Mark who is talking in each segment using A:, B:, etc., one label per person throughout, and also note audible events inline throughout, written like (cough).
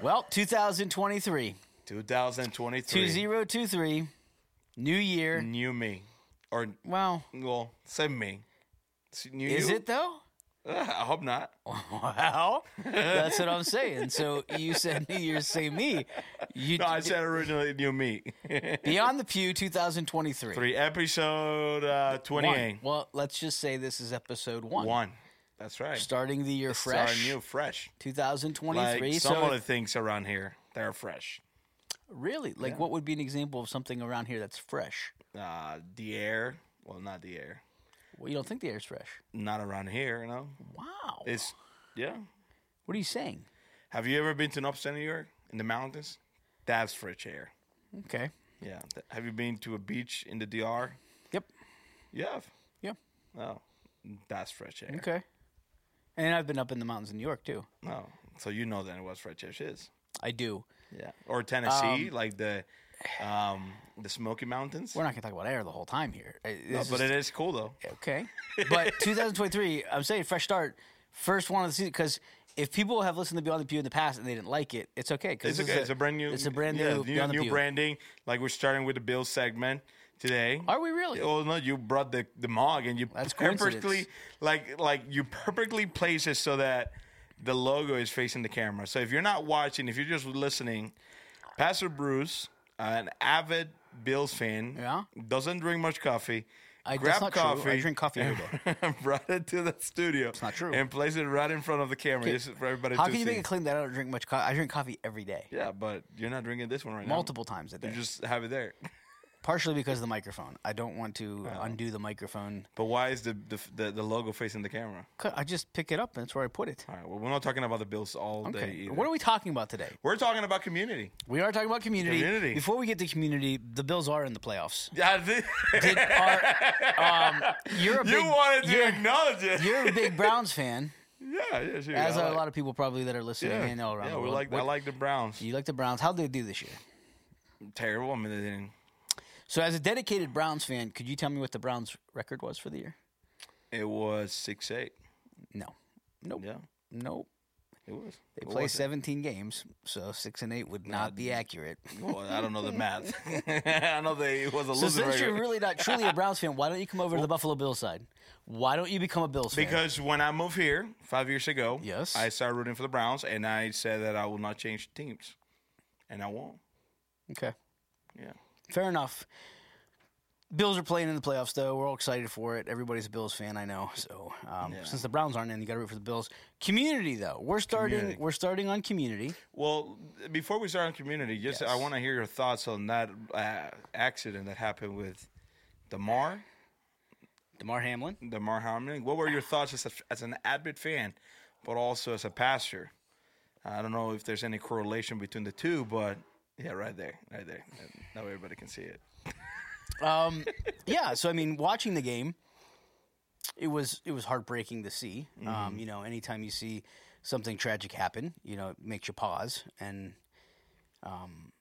A: Well, 2023,
B: 2023.
A: 2023, new year.
B: New me. Or,
A: Well,
B: well, say me. It's New
A: is
B: you?
A: it though?
B: Uh, I hope not.
A: (laughs) Well, that's what I'm saying. So you said New Year's, say me. You
B: (laughs) No, I said originally
A: (laughs)
B: new me.
A: Beyond the Pew 2023.
B: Three episode uh, 28.
A: One. Well, let's just say this is episode one.
B: One. That's right.
A: Starting the year
B: It's our
A: fresh,
B: new fresh.
A: 2023.
B: Like some
A: so
B: of the things around here, they're fresh.
A: really, like, what would be an example of something around here that's fresh?
B: Uh, the air, well, not the air,
A: Well, you don't think the air's fresh.
B: not around here. You know,
A: Wow.
B: it's yeah.
A: what are you saying?
B: Have you ever been to an upstate New York in the mountains? That's fresh air.
A: Okay.
B: Yeah. Th- Have you been to a beach in the DR?
A: Yep.
B: Yeah.
A: Yeah.
B: No, that's fresh air.
A: Okay. And I've been up in the mountains in New York too.
B: No, so you know then what fresh air is.
A: I do.
B: Yeah. Or Tennessee, like the um the Smoky Mountains.
A: We're not going to talk about air the whole time here. I-
B: No,
A: this
B: but
A: is-
B: it is cool though.
A: (laughs) Okay. But 2023, I'm saying fresh start, first one of the season. Because if people have listened to Beyond the Pew in the past and they didn't like it, it's okay. 'cause
B: It's
A: this
B: okay.
A: is
B: it's a brand new.
A: It's a brand new
B: yeah,
A: Beyond the
B: new
A: Pew.
B: branding. Like we're starting with the Bill segment today.
A: Are we (laughs) really?
B: Well, Oh, no, you brought the the mug and you
A: That's
B: perfectly
A: coincidence.
B: like like you perfectly place it so that the logo is facing the camera. So if you're not watching, if you're just listening, Pastor Bruce, uh, an avid Bills fan,
A: Yeah.
B: doesn't drink much coffee.
A: I, that's
B: grabbed
A: not
B: coffee.
A: True. I drink coffee every day.
B: (laughs) brought it to the studio. It's
A: not true.
B: And placed it right in front of the camera, just for everybody
A: How
B: to
A: can you
B: see.
A: make a claim that I don't drink much coffee? I drink coffee every day,
B: yeah, but you're not drinking this one right now.
A: multiple times a day.
B: You just have it there.
A: Partially because of the microphone. I don't want to
B: Uh-huh.
A: undo the microphone.
B: But why is the the, the the logo facing the camera?
A: 'Cause I just pick it up and that's where I put it.
B: All right. Well, we're not talking about the Bills all day.
A: Okay.
B: Either.
A: What are we talking about today?
B: We're talking about community.
A: We are talking about community.
B: Community.
A: Before we get to community, the Bills are in the playoffs.
B: (laughs) Yeah, thi-
A: Did our, um, you're a big,
B: (laughs) you wanted to
A: you're-
B: acknowledge it.
A: You're a big Browns
B: (laughs)
A: fan,
B: yeah, yeah, sure.
A: as
B: I
A: are a
B: like-
A: lot of people probably that are listening
B: Yeah,
A: and all around
B: yeah
A: the
B: we
A: world.
B: like I
A: What-
B: like the Browns.
A: you like the Browns. How'd they do this year?
B: Terrible. I mean, they didn't.
A: So, as a dedicated Browns fan, could you tell me what the Browns' record was for the year?
B: It was six eight.
A: No. Nope.
B: Yeah,
A: Nope.
B: it was.
A: They
B: What
A: play
B: was it?
A: 17 games, so 6 and 8 would not be
B: (laughs)
A: accurate.
B: Well, I don't know the
A: (laughs)
B: math. (laughs) I know they it was a
A: So,
B: losing
A: since you're
B: record.
A: really not truly a Browns fan, why don't you come
B: (laughs)
A: over to the Buffalo Bills side? Why don't you become a Bills fan?
B: Because when I moved here five years ago,
A: Yes.
B: I started rooting for the Browns, and I said that I will not change teams, and I won't.
A: Okay.
B: Yeah.
A: Fair enough. Bills are playing in the playoffs, though. We're all excited for it. Everybody's a Bills fan, I know. (laughs) So um, since the Browns aren't in, you got to root for the Bills. Community, though, we're starting.
B: Community.
A: We're starting on community.
B: Well, before we start on community, just I want to hear your thoughts on that uh, accident that happened with Demar,
A: Demar Hamlin.
B: Demar Hamlin. What were your thoughts as, a, as an avid fan, but also as a pastor? I don't know if there's any correlation between the two, but yeah, right there, right there. Now everybody can see it.
A: Um, yeah. So I mean, watching the game, it was it was heartbreaking to see. Um, you know, anytime you see something tragic happen, you know, it makes you pause. And um,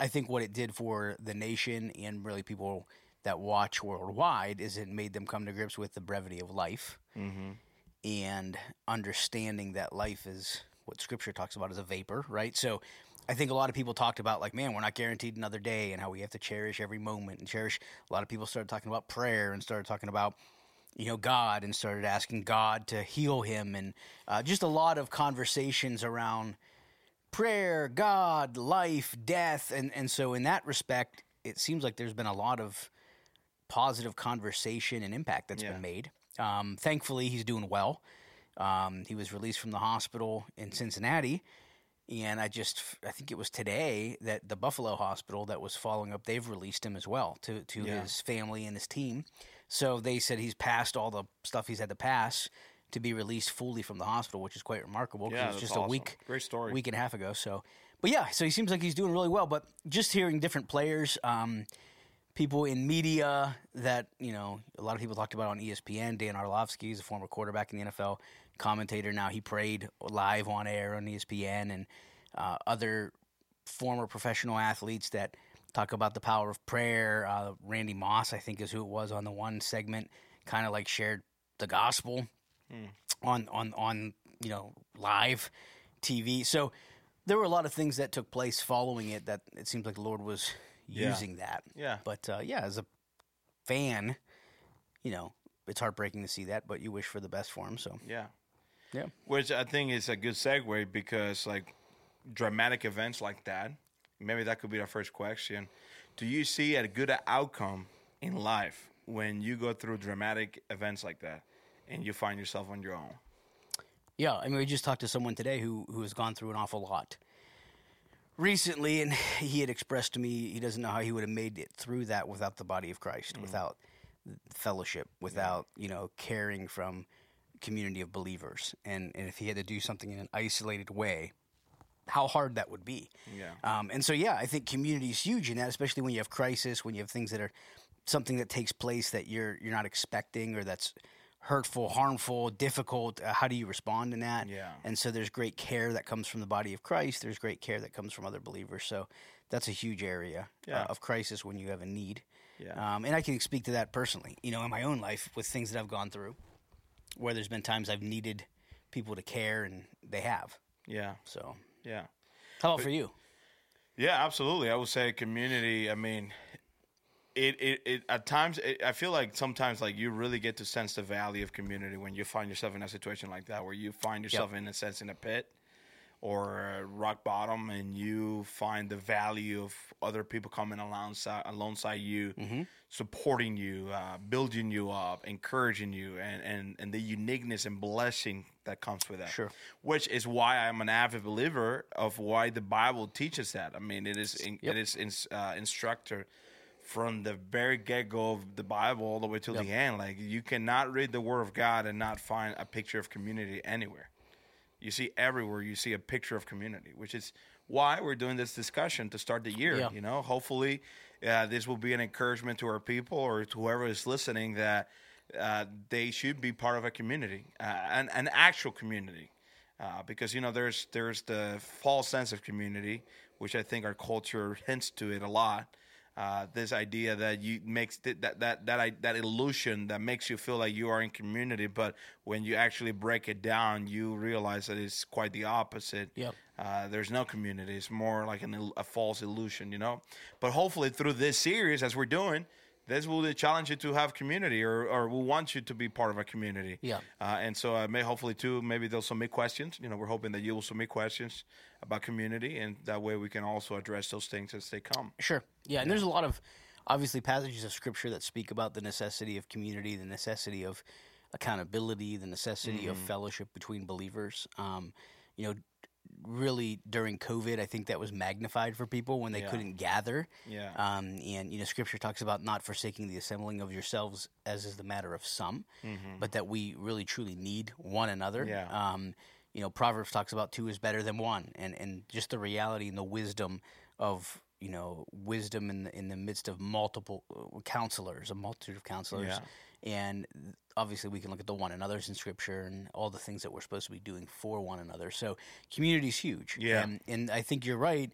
A: I think what it did for the nation and really people that watch worldwide is it made them come to grips with the brevity of life
B: Mm-hmm.
A: and understanding that life is what scripture talks about as a vapor, right? So I think a lot of people talked about like, man, we're not guaranteed another day and how we have to cherish every moment and cherish a lot of people started talking about prayer and started talking about you know God and started asking God to heal him and uh, just a lot of conversations around prayer, God, life, death and and so in that respect it seems like there's been a lot of positive conversation and impact that's
B: Yeah.
A: been made. Um, thankfully, he's doing well. Um, he was released from the hospital in Cincinnati, and I just I think it was today that the Buffalo hospital that was following up they've released him as well to to
B: Yeah.
A: his family and his team. So they said he's passed all the stuff he's had to pass to be released fully from the hospital, which is quite remarkable
B: Yeah,
A: because it's
B: that's
A: just a
B: awesome.
A: week
B: Great story.
A: week and a half ago. So, but yeah, so he seems like he's doing really well. But just hearing different players, um, people in media that you know, a lot of people talked about on E ESPN. Dan Arlovsky is a former quarterback in the NFL, commentator now. He prayed live on air on E ESPN, and uh, other former professional athletes that talk about the power of prayer. Uh, Randy Moss, I think, is who it was on the one segment, kind of like shared the gospel on on on you know live TV. So there were a lot of things that took place following it that it seems like the Lord was
B: Yeah.
A: using that.
B: Yeah.
A: But uh, yeah, as a fan, you know, it's heartbreaking to see that, but you wish for the best for him. So
B: Yeah.
A: Yeah.
B: Which I think is a good segue because like dramatic events like that, maybe that could be the first question. Do you see a good outcome in life when you go through dramatic events like that and you find yourself on your own?
A: yeah, I mean, we just talked to someone today who who has gone through an awful lot recently, and he had expressed to me he doesn't know how he would have made it through that without the body of Christ, without fellowship, without you know caring from community of believers, and and if he had to do something in an isolated way, how hard that would be.
B: Yeah.
A: Um, and so, yeah, I think community is huge in that, especially when you have crisis, when you have things that are something that takes place that you're you're not expecting or that's hurtful, harmful, difficult. Uh, how do you respond in that?
B: Yeah.
A: And so, there's great care that comes from the body of Christ. There's great care that comes from other believers. So, that's a huge area uh,
B: Yeah.
A: of crisis when you have a need.
B: Yeah.
A: Um, and I can speak to that personally, you know, in my own life with things that I've gone through, where there's been times I've needed people to care, and they have.
B: Yeah.
A: So,
B: Yeah.
A: how about for you?
B: Yeah, absolutely. I would say community. I mean, it it, it at times it, I feel like sometimes like you really get to sense the value of community when you find yourself in a situation like that where you find yourself in a sense in a pit or uh, rock bottom and you find the value of other people coming alongside alongside you supporting you uh, building you up encouraging you and, and and the uniqueness and blessing that comes with that
A: Sure.
B: which is why i'm an avid believer of why the bible teaches that i mean it is in, it is ins uh, instructor from the very get-go of the bible all the way to the end like you cannot read the word of god and not find a picture of community anywhere you see everywhere you see a picture of community, which is why we're doing this discussion to start the year.
A: Yeah.
B: You know, hopefully, uh, this will be an encouragement to our people or to whoever is listening that uh, they should be part of a community, uh, an, an actual community, uh, because you know there's there's the false sense of community, which I think our culture hints to it a lot. Uh, this idea that you makes th- that that that I, that illusion that makes you feel like you are in community, but when you actually break it down, you realize that it's quite the opposite.
A: Yep.
B: Uh, there's no community. It's more like an, il- a false illusion, you know. But hopefully, through this series, as we're doing, this will challenge you to have community, or or we want you to be part of a community.
A: Yeah.
B: Uh, and so I may hopefully too, maybe they'll submit questions. You know, we're hoping that you will submit questions about community, and that way we can also address those things as they come.
A: Sure. Yeah, and there's a lot of obviously passages of scripture that speak about the necessity of community, the necessity of accountability, the necessity of
B: Mm-hmm.
A: fellowship between believers. Um, you know, really during COVID, I think that was magnified for people when they
B: Yeah.
A: couldn't gather.
B: Yeah.
A: Um, and you know, Scripture talks about not forsaking the assembling of yourselves, as is the matter of some,
B: Mm-hmm.
A: but that we really truly need one another.
B: Yeah.
A: Um, you know, Proverbs talks about two is better than one, and and just the reality and the wisdom of you know wisdom in the, in the midst of multiple uh, counselors, a multitude of counselors.
B: Yeah.
A: And obviously, we can look at the one another's in Scripture and all the things that we're supposed to be doing for one another. So, community is huge.
B: Yeah.
A: And, and I think you're right.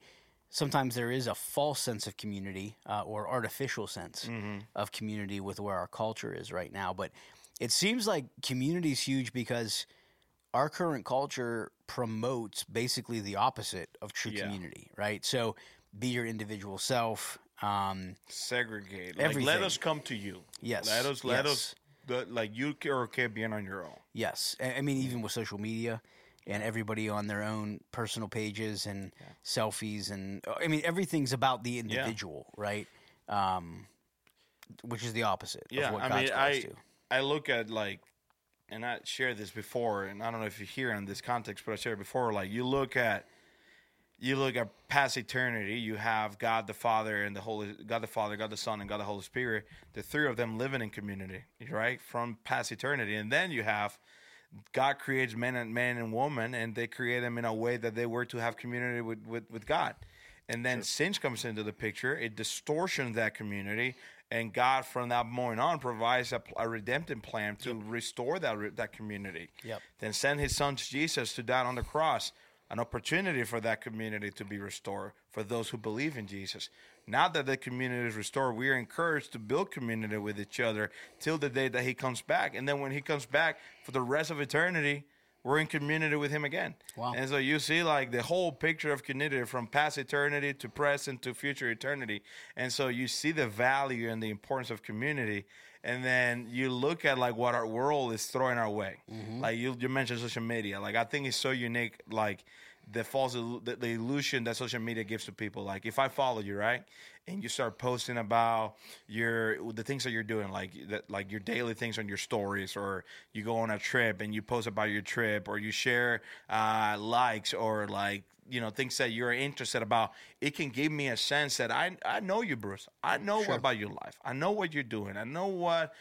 A: Sometimes there is a false sense of community uh, or artificial
B: Mm-hmm.
A: sense of community with where our culture is right now. But it seems like community is huge because our current culture promotes basically the opposite of true
B: Yeah.
A: community, right? So, be your individual self. Um,
B: segregate. Like, let
A: Everything.
B: us come to you.
A: Yes,
B: Let us. Let
A: yes.
B: us. The, like you ca- are okay being on your own.
A: Yes, I I mean even with social media and everybody on their own personal pages and selfies and I mean everything's about the individual, right? Um, which is the opposite
B: Yeah,
A: of what
B: I
A: God's
B: mean,
A: called us
B: I
A: to.
B: I look at like, and I shared this before, and I don't know if you hear in this context, but I shared before. Like you look at, you look at past eternity. You have God the Father and the Holy, God the Father, God the Son, and God the Holy Spirit. The three of them living in community, right, from past eternity, and then you have. God creates men and man and woman, and they create them in a way that they were to have community with with, with God. And then sin comes into the picture; it distortions that community, and God, from that moment on, provides a, pl- a redemptive plan to restore that re- that community.
A: Yep.
B: Then send His Son Jesus to die on the cross, an opportunity for that community to be restored for those who believe in Jesus. Now that the community is restored, we are encouraged to build community with each other till the day that He comes back. And then when He comes back for the rest of eternity, we're in community with him again.
A: Wow.
B: And so you see like the whole picture of community from past eternity to present to future eternity. And so you see the value and the importance of community. And then you look at like what our world is throwing our way. Like you, you mentioned social media. Like I think it's so unique. Like the false illu- the, the illusion that social media gives to people like if i follow you right and you start posting about your the things that you're doing like that like your daily things on your stories or you go on a trip and you post about your trip or you share uh, likes or like you know things that you're interested about it can give me a sense that i i know you bruce i know about your life i know what you're doing i know what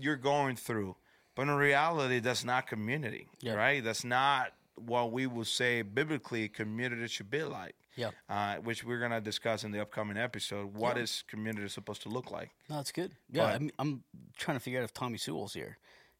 B: you're going through but in reality that's not community
A: Yeah.
B: right that's not what we would say biblically community should be like
A: Yeah.
B: uh, which we're gonna discuss in the upcoming episode. What is community supposed to look like?
A: No, that's good. Yeah,
B: But-
A: I'm, I'm trying to figure out if Tommy Sewell's here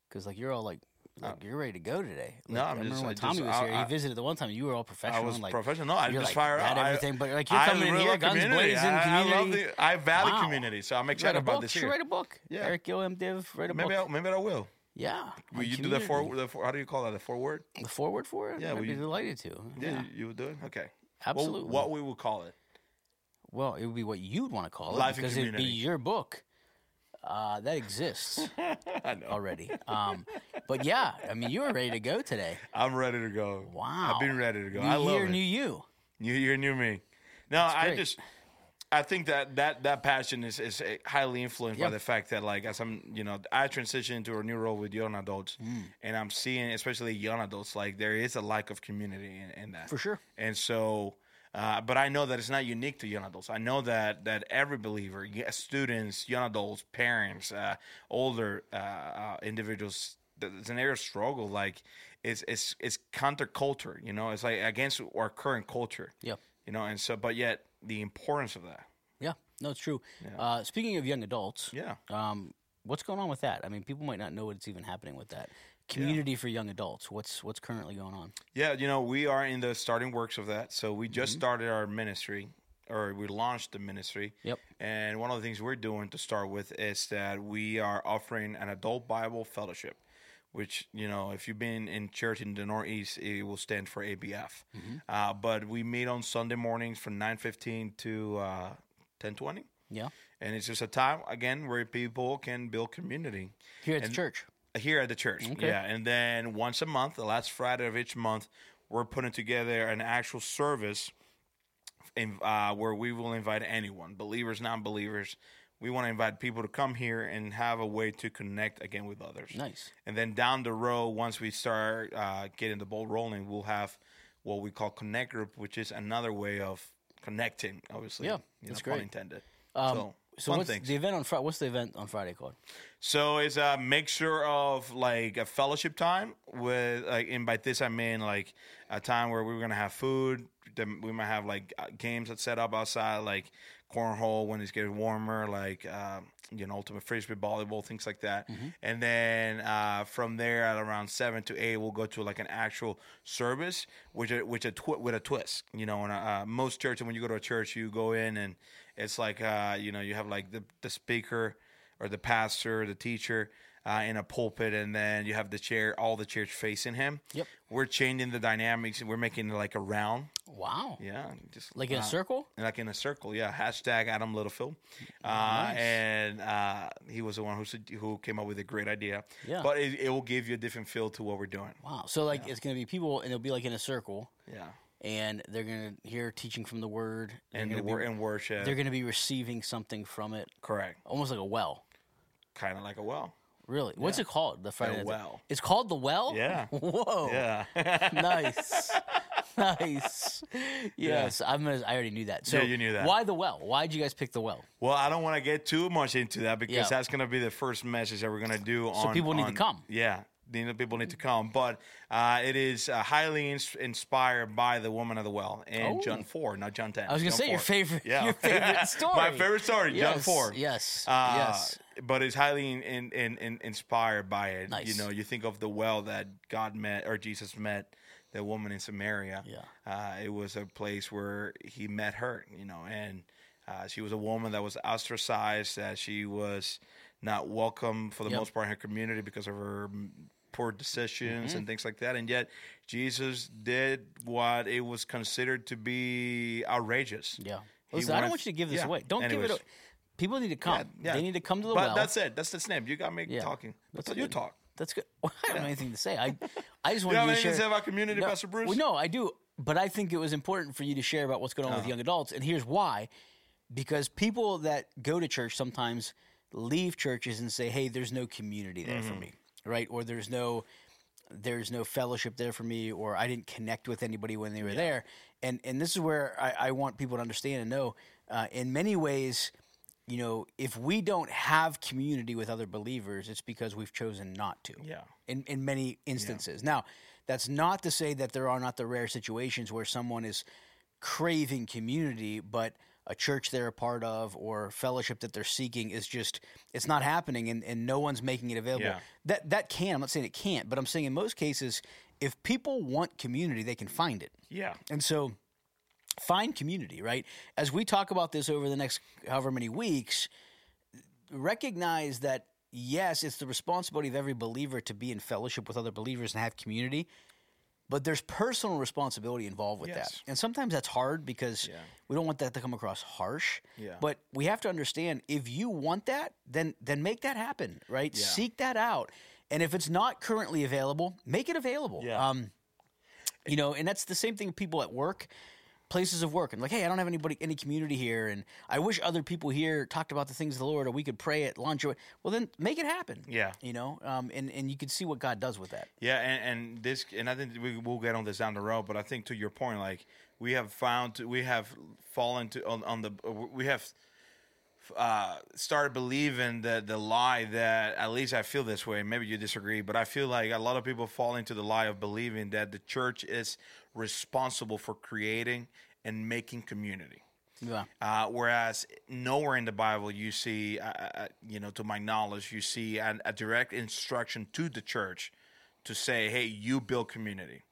A: because like you're all like, like you're ready to go today. Like,
B: Uh, No, I'm
A: I remember
B: just-
A: when
B: I
A: Tommy
B: just-
A: was
B: I-
A: here.
B: I-
A: he visited the one time. You were all professional.
B: I was
A: like,
B: professional. No, I
A: you're
B: just
A: like,
B: fired
A: "Got
B: up. I-
A: everything, but like you're coming in
B: really
A: here,
B: love
A: guns
B: community.
A: blazing.
B: I, I love
A: community.
B: the. I value
A: Wow.
B: community, so I'm
A: Write
B: excited
A: a
B: about
A: book.
B: this
A: Should
B: year.
A: write a book.
B: Yeah.
A: Eric Gillum, Div, write a
B: Maybe
A: book.
B: I, maybe I will.
A: yeah. on
B: Will you do the
A: community.
B: forward? The, for- how do you call that? The forward?
A: The forward for it?
B: Yeah,
A: I'd
B: will
A: be
B: you-
A: delighted to. Yeah.
B: you- you would do it. Okay. Well,
A: Absolutely.
B: what we would call it? (laughs)
A: Well, it would be what you'd want to call it
B: Life in
A: because it'd be
B: community.
A: your book. Uh, that
B: (laughs)
A: exists
B: I know.
A: already. Um, but yeah, I mean, you were ready to go today.
B: I'm ready to go.
A: Wow.
B: I've been ready to go.
A: New
B: I love
A: year,
B: it.
A: new you.
B: New year, new me. No, I
A: great.
B: just I think that that that passion is is eh, highly influenced
A: Yeah.
B: by the fact that like as I'm you know I transitioned into a new role with young adults,
A: Mm.
B: and I'm seeing especially young adults like there is a lack of community in, in that
A: For sure.
B: and so. Uh, but I know that it's not unique to young adults. I know that that every believer, y- students, young adults, parents, uh, older uh, uh, individuals, th- it's an area of struggle. Like it's it's it's counterculture. You know, it's like against our current culture
A: Yeah.
B: you know and so but yet the importance of that
A: Yeah. No, it's true. Uh, speaking of young adults,
B: yeah
A: um, what's going on with that? I mean, people might not know what's even happening with that. Community for young adults. What's what's currently going on?
B: yeah you know we are in the starting works of that so we just started our ministry or we launched the ministry
A: Yep.
B: and one of the things we're doing to start with is that we are offering an adult bible fellowship which you know if you've been in church in the northeast it will stand for abf uh, but we meet on sunday mornings from 9.15 to uh, 10.20
A: Yeah.
B: and it's just a time again where people can build community
A: Here at the church.
B: here at the church. Yeah, and then once a month, the last Friday of each month, we're putting together an actual service in, uh, where we will invite anyone, believers, non-believers. We want to invite people to come here and have a way to connect again with others.
A: Nice.
B: And then down the road, once we start uh, getting the ball rolling, we'll have what we call connect group, which is another way of connecting. Obviously,
A: Yeah,
B: you
A: that's
B: know, pun
A: great.
B: intended.
A: Um,
B: so,
A: so
B: fun
A: what's
B: things.
A: the event on Friday? What's the event on Friday called?
B: So it's a mixture of like a fellowship time with like, and by this I mean like a time where we are gonna have food. Then we might have like uh, games that set up outside, like cornhole when it's getting warmer, like um, you know ultimate frisbee, volleyball, things like that. And then uh, from there at around seven to eight, we'll go to like an actual service, which a- which a twi- with a twist. You know, and uh, most churches when you go to a church, you go in and it's like uh, you know you have like the the speaker or the pastor, the teacher uh, in a pulpit, and then you have the chair, all the chairs facing him.
A: Yep.
B: We're changing the dynamics. We're making it like a round.
A: Wow.
B: Yeah. and Just
A: Like in
B: uh,
A: a circle?
B: Like in a circle, yeah. Hashtag Adam Littlefield, uh,
A: Nice.
B: and uh, he was the one who sug- who came up with a great idea.
A: Yeah.
B: But it, it will give you a different feel to what we're doing.
A: Wow. So like it's gonna be people and they'll be like in a circle
B: Yeah.
A: and they're gonna hear teaching from the word. They're
B: And
A: gonna
B: wor-
A: be,
B: and worship.
A: they're gonna be receiving something from it.
B: Correct.
A: Almost like a well.
B: Kind of like a well.
A: Really? What's it called? The Friday Night-
B: well.
A: It's called the well? (laughs)
B: Yeah.
A: Whoa.
B: Yeah. (laughs)
A: nice. (laughs) nice. Yes, I'm gonna, I already knew that. So
B: Yeah, you knew that.
A: Why the well? Why did you guys pick the well?
B: Well, I don't want to get too much into that because
A: Yeah.
B: that's going to be the first message that we're going to do. So on,
A: people need to
B: on-
A: come.
B: Yeah, the people need to come. But uh, it is uh, highly ins- inspired by the woman of the well and
A: Oh.
B: John four, not John ten.
A: I was gonna
B: John
A: say your
B: 4.
A: favorite, (laughs) your favorite story.
B: (laughs) My favorite story, John
A: Yes,
B: four.
A: Yes.
B: Uh,
A: yes.
B: But it's highly in, in, in, in- inspired by it. You
A: Nice.
B: know, you think of the well that God met or Jesus met the woman in Samaria.
A: Yeah.
B: Uh, it was a place where he met her, you know, and uh, she was a woman that was ostracized, that she was not welcome for the
A: Yep.
B: most part in her community because of her mm, poor decisions
A: Mm-hmm.
B: and things like that. And yet, Jesus did what it was considered to be outrageous.
A: Yeah.
B: He
A: Listen, I don't
B: wanted-
A: want you to give this
B: yeah.
A: away. Don't
B: Anyways.
A: give it. A, people need to come.
B: Yeah.
A: They need to come to the
B: but
A: well.
B: That's it. That's the snap. You got me
A: Yeah.
B: talking.
A: That's
B: That's you
A: good.
B: talk.
A: That's good. (laughs) Well, I don't have anything to say. I, I just wanted
B: You have
A: you to
B: anything
A: share.
B: to say about community,
A: no,
B: Pastor Bruce?
A: Well, no, I do. But I think it was important for you to share about what's going on
B: Oh.
A: with young adults, and here's why: because people that go to church sometimes leave churches and say, "Hey, there's no community there
B: Mm-hmm.
A: for me," right? Or there's no there's no fellowship there for me, or I didn't connect with anybody when they were there. And and this is where I, I want people to understand and know. Uh, in many ways, you know, if we don't have community with other believers, it's because we've chosen not to
B: Yeah.
A: in, in many instances. Now, that's not to say that there are not the rare situations where someone is craving community, but a church they're a part of or fellowship that they're seeking is just it's not happening and, and no one's making it available.
B: Yeah.
A: That that can, I'm not saying it can't, but I'm saying in most cases, if people want community, they can find it.
B: Yeah.
A: And so find community, right? As we talk about this over the next however many weeks, recognize that yes, it's the responsibility of every believer to be in fellowship with other believers and have community, but there's personal responsibility involved with that.
B: Yes.
A: And sometimes that's hard because we don't want that to come across harsh.
B: Yeah.
A: But we have to understand if you want that, then then make that happen, right? Seek that out. And if it's not currently available, make it available.
B: Yeah.
A: Um, you know, and that's the same thing with people at work, places of work, and like, hey, I don't have anybody, any community here, and I wish other people here talked about the things of the Lord, or we could pray at lunch, or well, then make it happen.
B: Yeah.
A: you know, um, and and you can see what God does with that.
B: Yeah, and, and this, and I think we will get on this down the road. But I think to your point, like we have found, we have fallen to on, on the, we have uh, started believing the the lie that at least I feel this way. Maybe you disagree, but I feel like a lot of people fall into the lie of believing that the church is responsible for creating and making community.
A: Yeah,
B: Uh, whereas nowhere in the Bible you see, uh, uh, you know, to my knowledge, you see an, a direct instruction to the church to say, "Hey, you build community."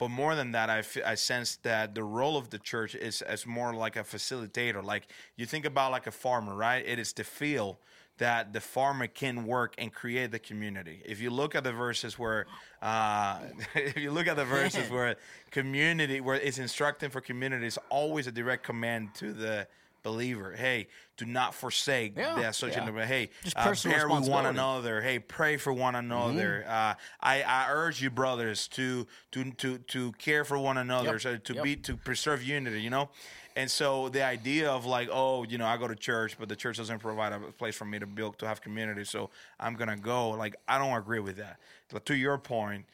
B: But more than that, I, f- I sense that the role of the church is as more like a facilitator. Like you think about like a farmer, right? It is the field that the farmer can work and create the community. If you look at the verses where, uh, (laughs) if you look at
A: (laughs)
B: the verses where community, where it's instructing for community, is always a direct command to the believer. Hey, do not forsake
A: Yeah,
B: the association.
A: yeah.
B: of- Hey,
A: Just
B: uh,
A: personal
B: bear with one
A: responsibility.
B: another another. Hey, pray for one another.
A: Mm-hmm.
B: Uh, I, I urge you, brothers, to to to to care for one another,
A: Yep.
B: so to
A: Yep.
B: be to preserve unity. You know, and so the idea of like, oh, you know, I go to church, but the church doesn't provide a place for me to build to have community, so I'm gonna go. Like, I don't agree with that. But to your point.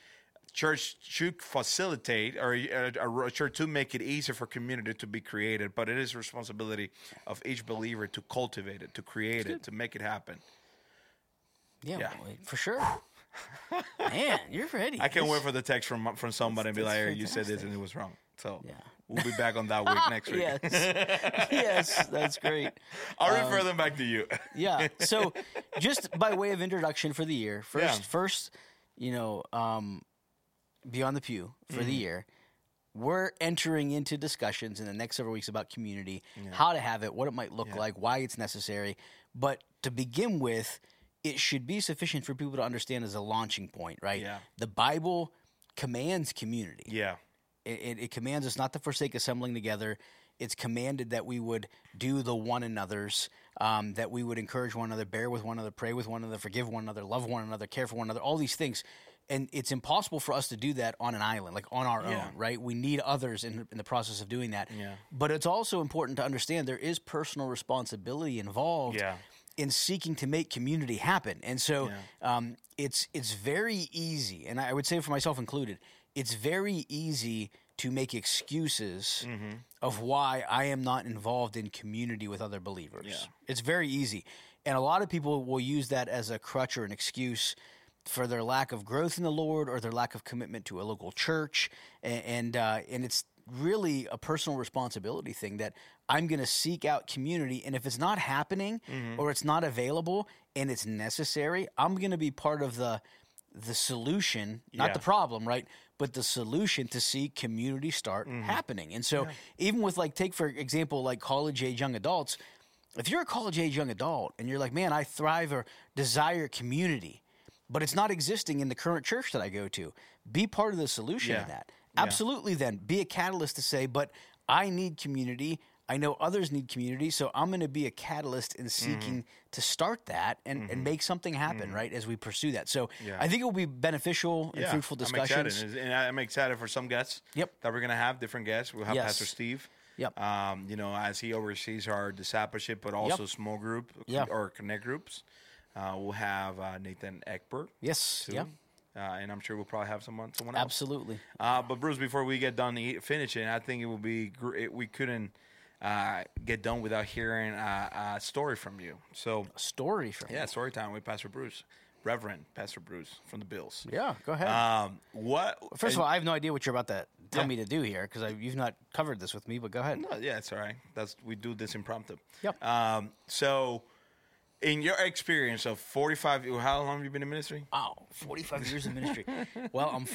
B: Church should facilitate, or a, a church to make it easier for community to be created, but it is responsibility of each believer to cultivate it, to create it, to make it happen.
A: yeah,
B: Yeah.
A: well, for sure. Man, you're ready.
B: I can't
A: This- (laughs)
B: wait for the text from from somebody and be like,
A: that's
B: "Hey, you said this
A: fantastic.
B: and it was wrong." So we'll be back on that week
A: (laughs)
B: next week.
A: Yes, yes, that's great.
B: I'll
A: Um,
B: refer them back to you. (laughs)
A: yeah. So, just by way of introduction for the year, first,
B: Yeah.
A: first, you know, um, beyond the pew for
B: Mm-hmm.
A: the year, we're entering into discussions in the next several weeks about community, how to have it, what it might look like, why it's necessary. But to begin with, it should be sufficient for people to understand as a launching point, right?
B: Yeah.
A: The Bible commands community
B: yeah,
A: it, it, it commands us not to forsake assembling together. It's commanded that we would do the one another's, um, that we would encourage one another, bear with one another, pray with one another, forgive one another, love one another, care for one another, all these things. And it's impossible for us to do that on an island, like on our own, right? We need others in, in the process of doing that.
B: Yeah.
A: But it's also important to understand there is personal responsibility involved
B: Yeah.
A: in seeking to make community happen. And so um, it's it's very easy, and I would say for myself included, it's very easy to make excuses of why I am not involved in community with other believers. It's very easy. And a lot of people will use that as a crutch or an excuse for their lack of growth in the Lord or their lack of commitment to a local church, and and, uh, and it's really a personal responsibility thing that I'm going to seek out community, and if it's not happening or it's not available and it's necessary, I'm going to be part of the the solution, not the
B: Yeah.
A: problem, right? But the solution to see community start happening. And so, even with like, take for example, like college age young adults, if you're a college age young adult and you're like, man, I thrive or desire community, but it's not existing in the current church that I go to. Be part of the solution
B: Yeah.
A: in that. Absolutely, then be a catalyst to say, but I need community. I know others need community, so I'm going to be a catalyst
B: Mm-hmm.
A: in seeking to start that and, and make something happen, right? As we pursue that, so
B: Mm-hmm. Yeah.
A: I think it will be beneficial and fruitful
B: I'm
A: discussions.
B: excited, and I- I'm excited for some guests.
A: Yep.
B: That we're gonna have different guests. We'll have
A: Yes.
B: Pastor Steve.
A: Yep.
B: Um, you know, as he oversees our discipleship, but also small group
A: Yeah.
B: or connect groups. Uh, we'll have uh, Nathan Eckberg.
A: Yes,
B: too.
A: yeah,
B: Uh, and I'm sure we'll probably have someone someone else.
A: absolutely.
B: Uh, but Bruce, before we get done e- finishing, I think it would be gr- it, we couldn't uh, get done without hearing uh, a, a story from you. So
A: A story from
B: yeah, story time with Pastor Bruce, Reverend Pastor Bruce from the Bills.
A: yeah. Go ahead.
B: Um, what?
A: First of all, I have no idea what you're about to tell
B: Yeah.
A: me to do here because you've not covered this with me. But go ahead.
B: No, uh, yeah, it's all right. That's we do this impromptu.
A: Yep.
B: Um, so, in your experience of forty-five, how long have you been in ministry?
A: Wow, 45 years in ministry. Well, I'm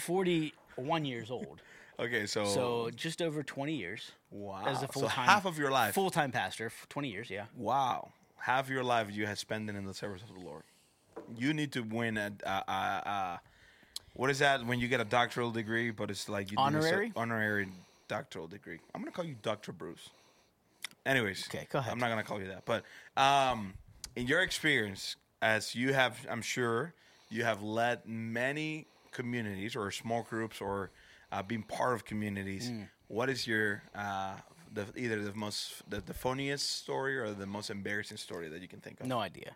A: 41 years old,
B: Okay, so,
A: so just over 20 years.
B: wow,
A: As a
B: so
A: full-time,
B: half of your life.
A: full-time pastor, f- 20 years, yeah.
B: Wow, half of your life you have spent in the service of the Lord. You need to win a, a, a, a what is that when you get a doctoral degree, but it's like you do a cer-
A: Honorary?
B: honorary doctoral degree. I'm gonna call you Doctor Bruce. Anyways,
A: Okay, go ahead.
B: I'm not gonna call you that, but um, in your experience, as you have, I'm sure you have led many communities or small groups or uh, been part of communities.
A: Mm.
B: What is your uh, the, either the most the, the funniest story or the most embarrassing story that you can think of?
A: No idea.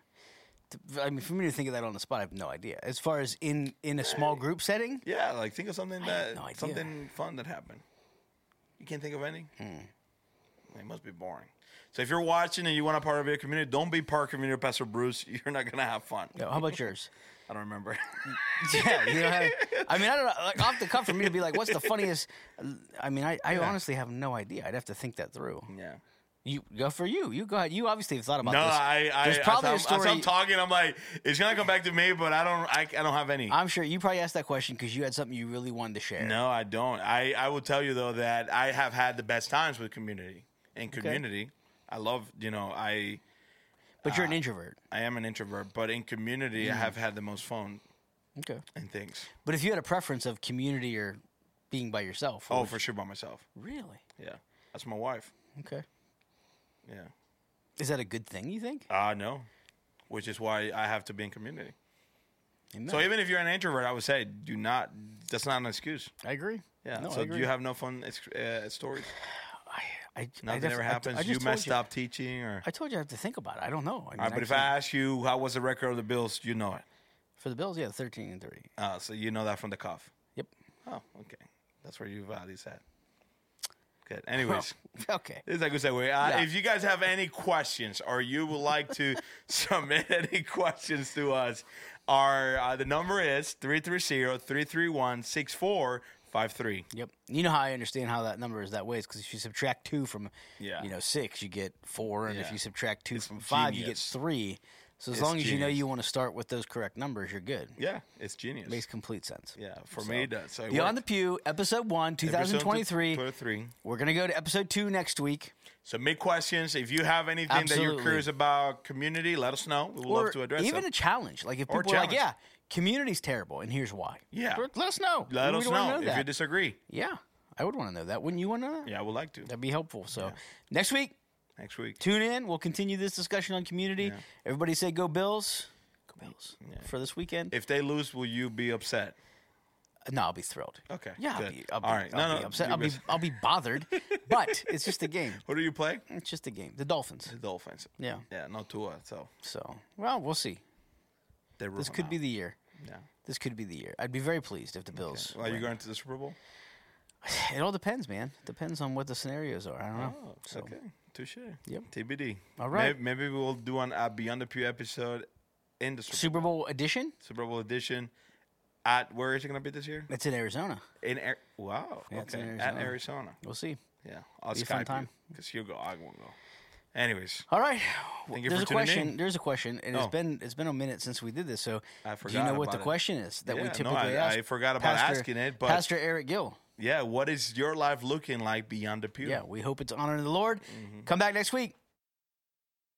A: T- I mean, for me to think of that on the spot, I have no idea. As far as in in a small group setting,
B: Yeah, like think of something that
A: no idea.
B: something fun that happened. You can't think of any.
A: Hmm.
B: It must be boring. So if you're watching and you want to part of your community, don't be part of community Pastor Bruce. (laughs) You're not gonna have fun.
A: Yeah, how about yours? (laughs)
B: I don't remember. (laughs)
A: yeah, you know, I, I mean, I don't know. Like off the cuff, for me to be like, "What's the funniest?" I mean, I, I honestly have no idea. I'd have to think that through.
B: yeah.
A: You go for you. You go ahead. You obviously have thought about
B: No,
A: this.
B: I, I.
A: There's probably
B: as
A: a
B: I'm,
A: story.
B: As I'm talking, I'm like, it's gonna come back to me, but I don't. I, I don't have any.
A: I'm sure you probably asked that question because you had something you really wanted to share.
B: no, I don't. I, I will tell you though that I have had the best times with community and community. I love. You know, I.
A: But you're an introvert.
B: I am an introvert, but in community,
A: Mm.
B: I have had the most fun
A: Okay.
B: and things.
A: But if you had a preference of community or being by yourself. what
B: Oh,
A: would
B: for sure, by myself.
A: you- really?
B: Yeah, that's my wife.
A: Okay.
B: Yeah.
A: Is that a good thing, you think?
B: Uh no, which is why I have to be in community.
A: Amen.
B: So even if you're an introvert, I would say do not. That's not an excuse.
A: I agree.
B: Yeah.
A: No,
B: so
A: I agree.
B: you have no fun ex- uh, stories.
A: I, I, I
B: Nothing
A: def-
B: ever
A: I t-
B: happens.
A: I
B: you
A: just told
B: messed up teaching, or
A: I told you I have to think about it. I don't know. I mean,
B: All right, but if I
A: can't-
B: ask you how was the record of the Bills, you know it.
A: for the Bills, yeah, 13 and 30.
B: Uh, so you know that from the cough.
A: Yep.
B: Oh, okay. That's where your values at. Good. Anyways.
A: (laughs) okay.
B: It's like we said, we, uh,
A: Yeah.
B: if you guys have any questions or you would like to (laughs) submit any questions to us, our uh, the number is 330-331-6453.
A: Yep. You know how I understand how that number is that way is because if you subtract two from,
B: Yeah.
A: you know, six, you get four, and
B: Yeah.
A: if you subtract two from five, you get
B: genius.
A: three. So as
B: It's
A: long as you know
B: genius.
A: you want to start with those correct numbers, you're good.
B: Yeah, it's genius.
A: Makes complete sense.
B: Yeah, for me it does. So it
A: Beyond the
B: worked.
A: Pew, episode one,
B: Episode
A: 2023.
B: 23.
A: We're gonna go to episode two next week.
B: Submit questions. If you have anything that you're
A: Absolutely.
B: curious about community, let us know. We would
A: Or
B: love to address
A: even
B: it.
A: a challenge. Like if
B: Or
A: people are like,
B: challenge.
A: "Yeah, community's terrible, and here's why."
B: Yeah.
A: let us know.
B: let
A: We
B: us
A: would wanna
B: know, if you
A: that.
B: disagree.
A: yeah, I would want to know that. Wouldn't you want to know that?
B: Yeah, I would like to.
A: That'd be helpful. So next week,
B: Next week.
A: tune in. We'll continue this discussion on community. Everybody say go Bills. Go Bills for this weekend.
B: If they lose, will you be upset?
A: no, I'll be thrilled.
B: Okay,
A: Yeah, I'll
B: Oh, good.
A: be, I'll be,
B: All right.
A: I'll
B: No,
A: be
B: no,
A: upset.
B: you
A: I'll be,
B: miss-
A: I'll be
B: (laughs)
A: bothered, but it's just a game.
B: Who do you play?
A: It's just a game. The Dolphins.
B: The Dolphins.
A: Yeah.
B: Yeah, not Tua. So
A: So, well, we'll see.
B: they
A: This could be the year.
B: Yeah.
A: This could be the year. I'd be very pleased if the Bills.
B: Well, are you
A: win.
B: going to the Super Bowl?
A: (laughs) It all depends, man. Depends on what the scenarios are. I don't know.
B: Oh,
A: so,
B: okay. Touche.
A: Yep.
B: TBD.
A: All right.
B: May- Maybe, we'll do an uh, Beyond the Pew episode in the Super,
A: Super Bowl edition.
B: Super Bowl edition. At where is it going to be this year?
A: It's in Arizona.
B: In Ar- wow.
A: it's
B: okay.
A: in
B: At
A: Arizona.
B: Arizona.
A: We'll see.
B: Yeah. I'll
A: Be a
B: Skype
A: fun time.
B: because you'll go. I won't go. Anyways,
A: All right.
B: Thank you
A: There's
B: for
A: a
B: tuning
A: question.
B: in.
A: There's a question, and
B: Oh.
A: it's been it's been a minute since we did this. So
B: I
A: do you
B: forgot
A: know what
B: about
A: the
B: it.
A: question is that we
B: Yeah,
A: typically
B: no, I,
A: ask?
B: I forgot about
A: Pastor-
B: asking it, but
A: Pastor Eric Gill.
B: yeah, what is your life looking like beyond the pew? Mm-hmm.
A: Yeah, we hope it's honoring the Lord. Come back next week.